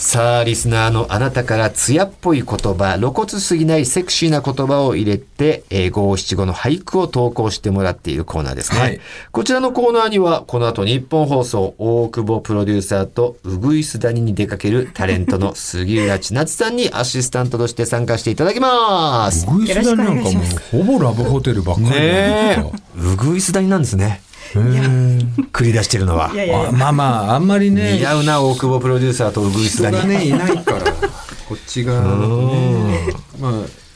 さあ、リスナーのあなたから艶っぽい言葉、露骨すぎないセクシーな言葉を入れて、えー、五七五の俳句を投稿してもらっているコーナーですね。はいこちらのコーナーには、この後日本放送大久保プロデューサーと、うぐいす谷に出かけるタレントの杉浦千夏さんにアシスタントとして参加していただきます。グイスダニなんかもうほぼラブホテルばっかりねえ。うぐいす谷なんですね。繰り出してるのは。いやいやいやあまあまああんまりね似合うな、大久保プロデューサーとうぐいす人谷。がねいない からこっち側だとねまあ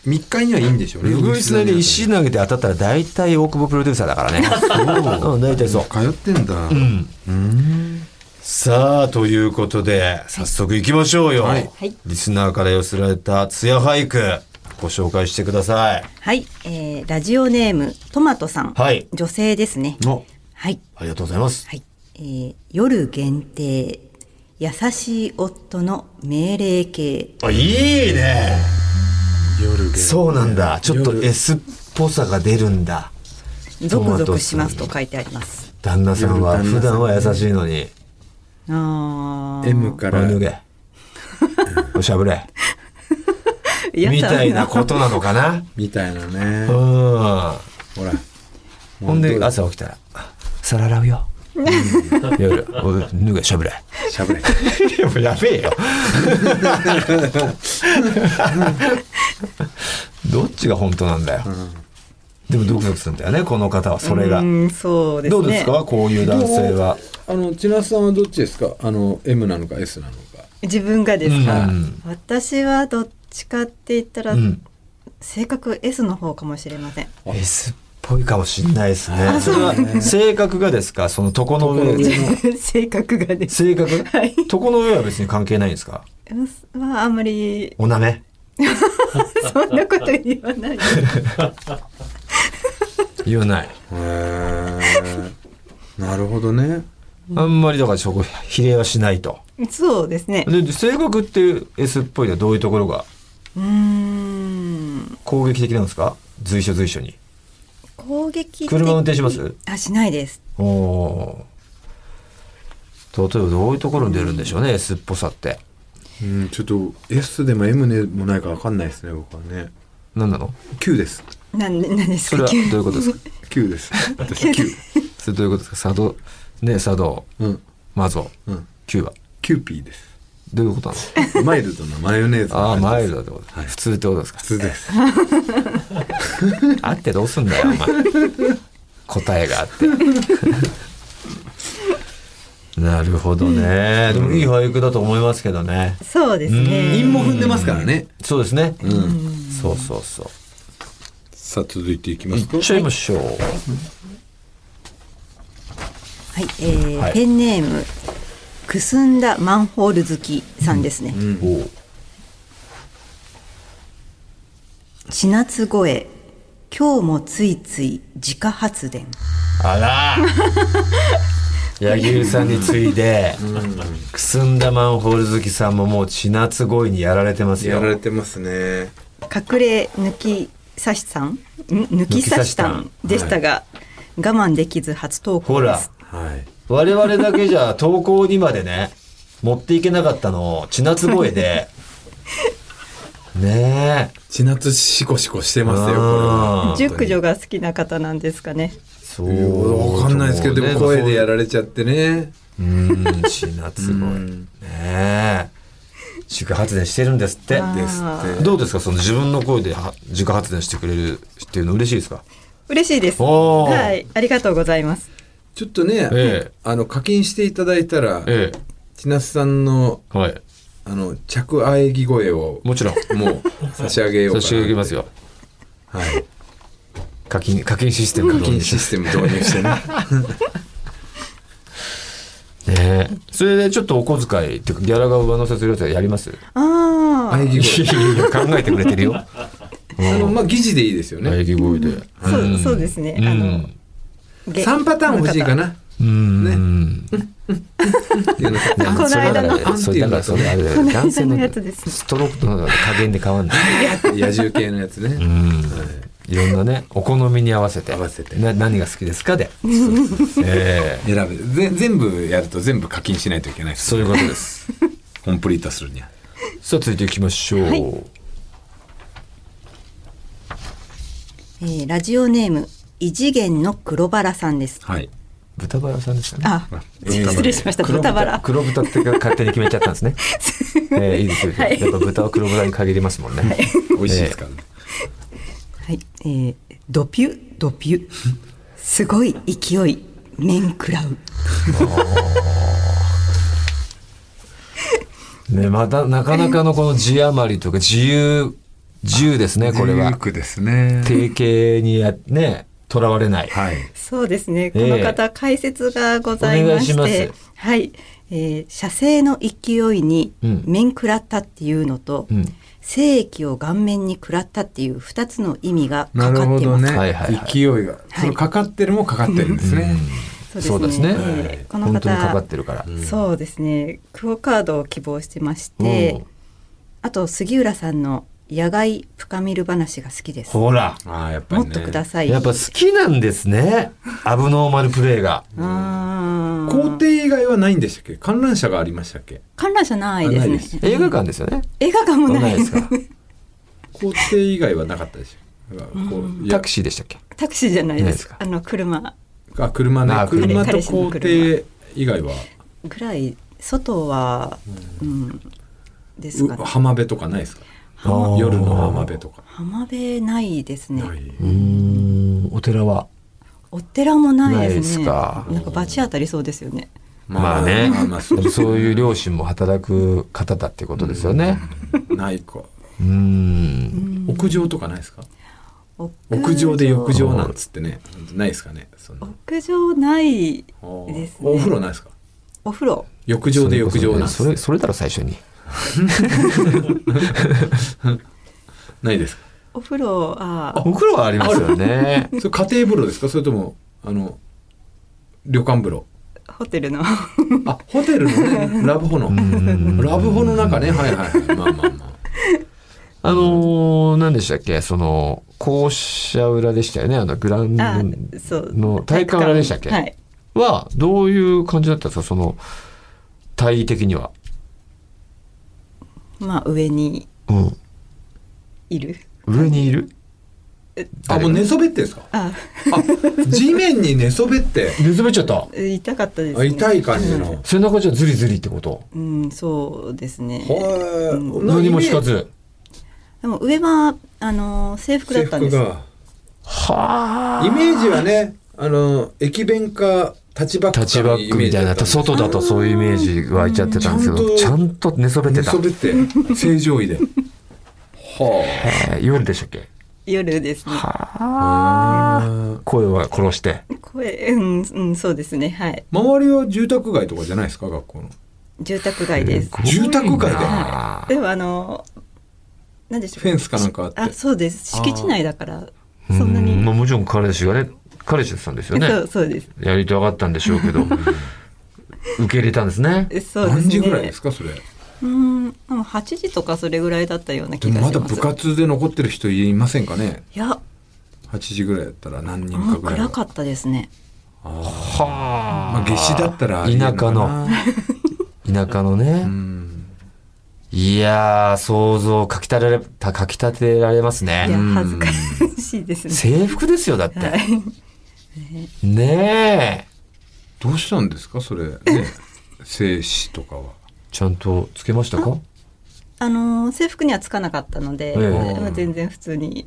3日にはいいんでしょうねうぐいす谷で石投げて当たったら大体大久保プロデューサーだからね。うん、大体そう。通ってんだ、さあ、ということで、早速行きましょうよ。はいはいリスナーから寄せられたツヤ俳句、ご紹介してください。はい、えー、ラジオネームトマトさん、はい女性ですねおはいありがとうございます。はい、えー、夜限定優しい夫の命令形あ、いいね。夜がそうなんだ。ちょっと夜 S っぽさが出るんだ。ゾクゾクしますと書いてあります旦那さんは、普段は優しいのに。あー M かおいら脱 げ。おしゃぶれ。やだみたいなことなのかな。みたいなねうん。ほらほんで、朝起きたら、あ皿洗うよ。夜、おい脱げ、しゃぶれ。しゃべれでもやべえよ。どっちが本当なんだよ。でもドキドキするんだよねこの方はそれが、うんそうですどねうですかこう いう男性はあの千奈さんはどっちですかあの M なのか S なのか自分がですか、うん私はどっちかって言ったら、うん性格 S の方かもしれません S っぽいかもしんないですねそれは性格がですかその床の上床の上 性格がです性格はい床の上は別に関係ないんですかうんはあんまりおなめそんなこと言わない言わないへえなるほどねあんまりだからそこ比例はしないとそうですねで性格っていう S っぽいのはどういうところがうーん攻撃的なんですか随所随所に攻撃的車運転しますあしないですおおー例えばどういうところに出るんでしょうね、S っぽさってうんちょっと S でも M でもないかわかんないですね僕はね何なの Q ですなんなんですそかれはどうい急にうことですか Q です私 Q それどういうことですか佐渡ね佐渡うんマゾうんキューバキューピーですどういうことなのマイルドなマヨネーズ ああマイルドドってこと、普通ってことですか普通ですあってどうすんだよ お前答えがあって なるほどね、でもいい俳句だと思いますけどねそうですね韻も踏んでますからねそうですね、うんそうそうそうさあ続いていきまいすとっちゃいましょう、はい、えーはいペンネームくすんだマンホール好きさんですね、おう4月超え今日もついつい自家発電あら柳生さんに次いで、くすんだマンホール好きさんももう血夏恋にやられてますよやられてますね隠れ抜き差しさんん抜き差しさんでしたが、我慢できず初投ほ稿でらすはい我々だけじゃ投稿にまでね持っていけなかったのを血夏声でねえ血夏シコシコしてますよこれあはー熟女が好きな方なんですかねそいやわかんないですけどでも声でやられちゃってねうん血夏声うんねえ自家発電してるんですってあーですってどうですかその自分の声では自家発電してくれるっていうの嬉しいですか嬉しいですおーはいありがとうございますちょっとね、ええあの課金していただいたら、え千夏さんのえはいあの着あえぎ声をもちろん もう差し上げようか差なし上げますよはい、課金課金システム課課金金システム導入してねねえそれでちょっとお小遣いっていうかギャラが上乗せするやつはやりますああ、あえぎ 声いや考えてくれてるよ。あのまあ疑似でいいですよね、ぎ声で。そうそうですねあのげ三3パターン欲しいかなうん。ね。っていうのこの間のあんってそれいうだからのそとれあれだよの間の男性のやつですねストロークの加減で変わんない。野獣系のやつね、うん。いろんなねお好みに合わせて。合わせてな何が好きですかで。ええ選べぜ全部やると全部課金しないといけないですそういうことです。コンプリートするには さあ続いていきましょう。はいえーラジオネーム異次元の黒バラさんですはい豚バラさんでしたね。あ失礼しました黒豚バラ黒豚って勝手に決めちゃったん ですね。ええいいですよ。はいやっぱ豚は黒豚に限りますもんね。美味しいですからね、はい、えー、ドピュド ピュすごい勢い面食らうね、またなかなかのこの字余りとか自由自由ですねこれは自由ですね定型にやねとらわれない、はいそうですね。こええの方、解説がございまして、お願いしまはい、えー射精の勢いにうん面食らったっていうのと、うん精液を顔面に食らったっていう二つの意味がなかるかっほてどます。ね、はいはいはい勢いが、そのかかってるもかかってるんですね、そうですね、ええこの本当にかか方っ、てるから、そうですね。クオカードを希望してまして、あと杉浦さんの野外プカミル話が好きです。もほらああやっぱり、っね、とください。やっぱ好きなんですねアブノーマルプレイがあー校庭以外はないんでしたっけ観覧車がありましたっけ観覧車ないであなすいねで。す映画館ですよね映画館もどんなないですか校庭以外はなかったでしょだからこういやタクシーでしたっけタクシーじゃないです。ないですかあの車あ車あね車車と校庭以外はぐらい外は、うん、ですうかね。浜辺とかないですかあー夜の浜辺とか浜辺ないですね。ないうん寺はお寺もないないでですすね。かなんか罰当たりそうですよね。まあねまあまあそでもそういう両親も働く方だってことですよね。うないかうん。屋上とかないですか屋屋上で浴場なんつってねないですかねそんな屋上ないですねお風呂ないですかお風呂浴場で浴場なんつそっれてそれだろ最初に。ないですかお風呂あーお風呂はあります よね。それ家庭風呂ですかそれともあの旅館風呂ホテルのあホテルの ねラブホのラブホの中ねはいはいはいまあまあまああのー、何でしたっけその校舎裏でしたよねあのグラウンドあのーそうの体育館裏でしたっけはいはどういう感じだったんですかその体位的には。まあ上にうん。いる上にいるあもう寝そべってんですかああ地面に寝そべ って寝そべっちゃった。ー痛かったですあね痛い感じの背中じゃズリズリってこと。うんそうですねはう何も引かず。でも上はあのー制服だ制ったんで服すがはあ。イメージはねあの駅弁かタッチバックタッチバックみたいな、外だとそういうイメージ湧いちゃってたんですけど、ちちゃゃんんと寝そべって寝たそ。べって正常位ではえー夜でしたっけ夜ですねはあ。声は殺して。声うん、うん、そうですねはいあ周りは住宅街とかじゃないですか学校の住宅街です住宅街だよはでもあのーなんでしょうフェンスかなんかあってあそうです敷地内だからいそんなにうんまあもちろん彼氏がね、彼氏さんですよねそ。うそうですやりたかったんでしょうけ ど、受け入れたんですね。えそうですね何時ぐらいですかそれうんでも8時とかそれぐらいだったようなで気がもしまますだ部活で残ってる人いませんかねいや8時ぐらいだったら何人もかうぐらいは暗かったですねあーはまあ夏至だったらありえる田舎かのな、田舎のうね。んいやー、想像かきたれ、たかきたてられますいやね。恥ずかしいですね制服ですよ、だって。はいねえ。どうしたんですかそれ ね精子とかはちゃんとつけましたかあのー制服にはつかなかったので、ええまあ全然普通に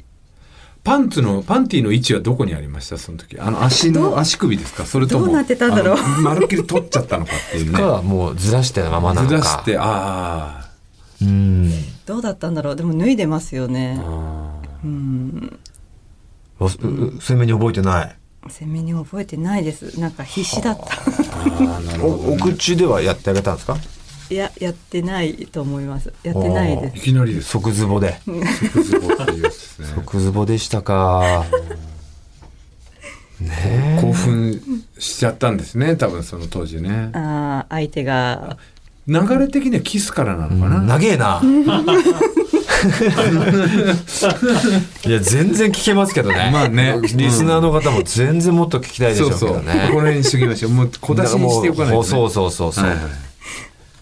パンツのパンティの位置はどこにありましたその時あの足どうの足首ですかそれともどうなってたんだろうあのまるっきり取っちゃったのかって いうねか、もうずらしてままなのずか。らしてあうん。どうだったんだろうでも脱いでますよねーあーうんわすう鮮明に覚えてない。鮮明に覚えてないですなんか必死だったあーなるほど、おお口ではやってあげたんですか いややってないと思いますやってないで いすきなりです即ズボで。即ズボっていうやつですね即ズボでしたか。ね 興奮しちゃったんですね多分その当時ねああ相手が流れ的にはキスからなえ。のかな、長え な。いや、全然聞けますけどね。まあねリスナーの方も全然もっと聞きたいでしょそううけどそうこね。の辺にしときましょうもう小出しにしておかないと、ね、そうそうそうそう。はいはい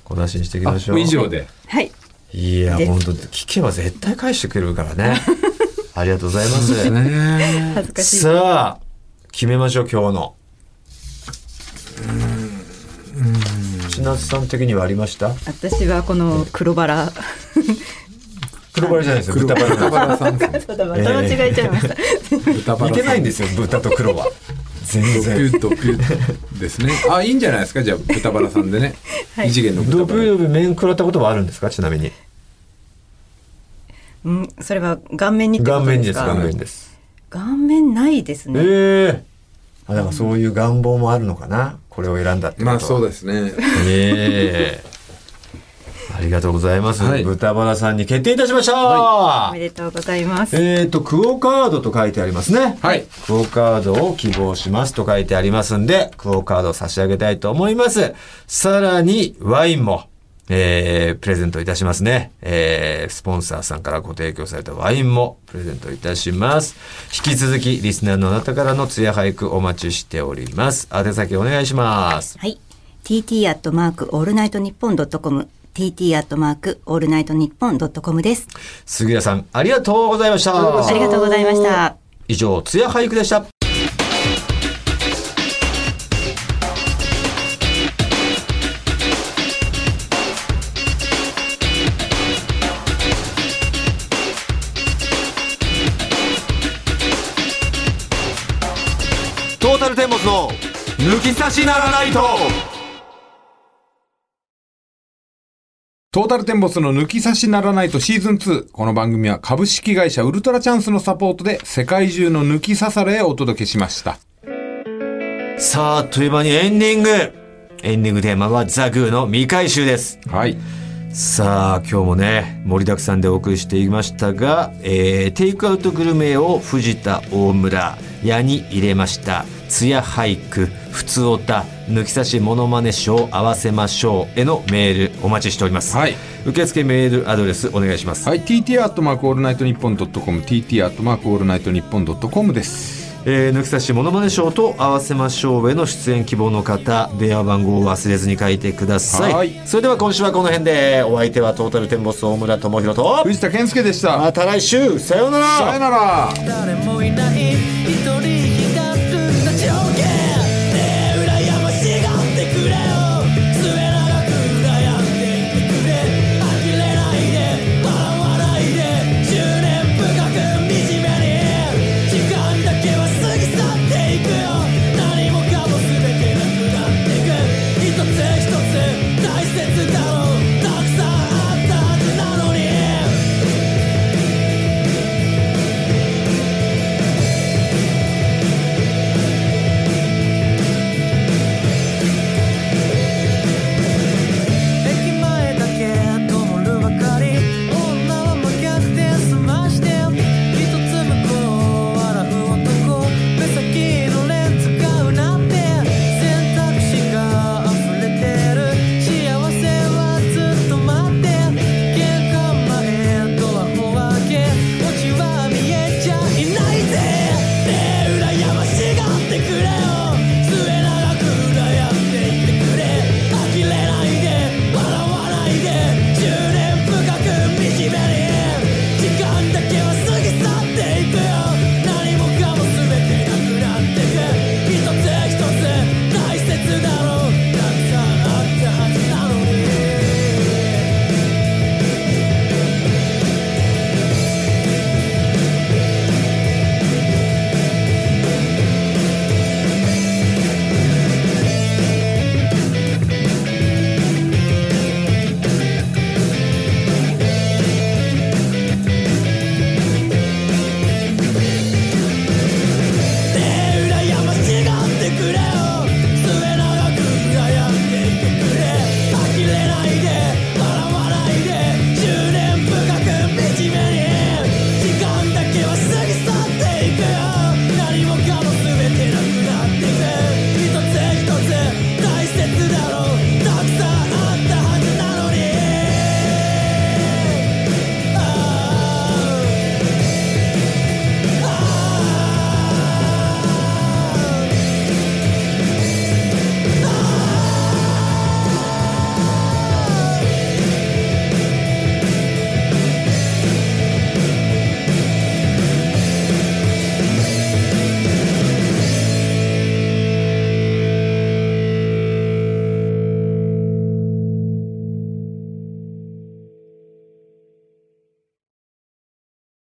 小出しにしていきあましょう。以上ではいいや、です本当聞けば絶対返してくれるから ね。ありがとうございます。ね恥ずかしいさあ、決めましょう、今日の。千夏さん的にはありました私はこの黒バラ黒バラじゃないですよ、豚バ豚ラ。バラさんですまた間違えちゃいました、豚バラ似さてないんですよ、豚と黒は。全ドピ然。ュッドピュッですね あいいんじゃないですかじゃあ豚バラさんでね、はい異次元のドブ豚バラドブ面食らったことはあるんですかちなみに。うん、それは顔面にってこ顔と面でですす、か顔面です。顔面ないですね、ええ。あ、だからそういう願望もあるのかなこれを選んだってことはまあそうですねええありがとうございます。はい豚バラさんに決定いたしました、おめでとうございますえっ、と、クオカードと書いてありますね。はいクオカードを希望しますと書いてありますんで、クオカードを差し上げたいと思います。さらに、ワインも、えー、プレゼントいたしますね。えー、スポンサーさんからご提供されたワインもプレゼントいたします。引き続き、リスナーのあなたからのツヤ俳句お待ちしております。宛先お願いします。はい。TT アットマークオールナイトニッポンドットコム TT アットマークオールナイトニッポンドットコムです。杉谷さん、ありがとうございました。ありがとうございました。以上、ツヤ俳句でした。サルテンボスの抜き差しならないとトータルテンボスの抜き差しならないとシーズン2。この番組は株式会社ウルトラチャンスのサポートで世界中の抜き差されへお届けしました。さあ、あっという間にエンディングエンディングテーマはザ・グーの未回収です。はい。さあ、今日もね、盛りだくさんでお送りしていましたが、えーテイクアウトグルメを藤田、大村、矢に入れました。つや俳句、ふつおた、抜き差しモノマネ賞合わせましょうへのメールお待ちしております。はい。受付メールアドレスお願いします。はい。tt アットマークオールナイトニッポンドットコム、tt アットマークオールナイトニッポンドットコムです。えー抜き差しモノマネショーと合わせましょうへの出演希望の方電話番号を忘れずに書いてくださいはいそれでは今週はこの辺でお相手はトータルテンボス大村智広と藤田健介でした。また来週さようならさよなら。誰もいない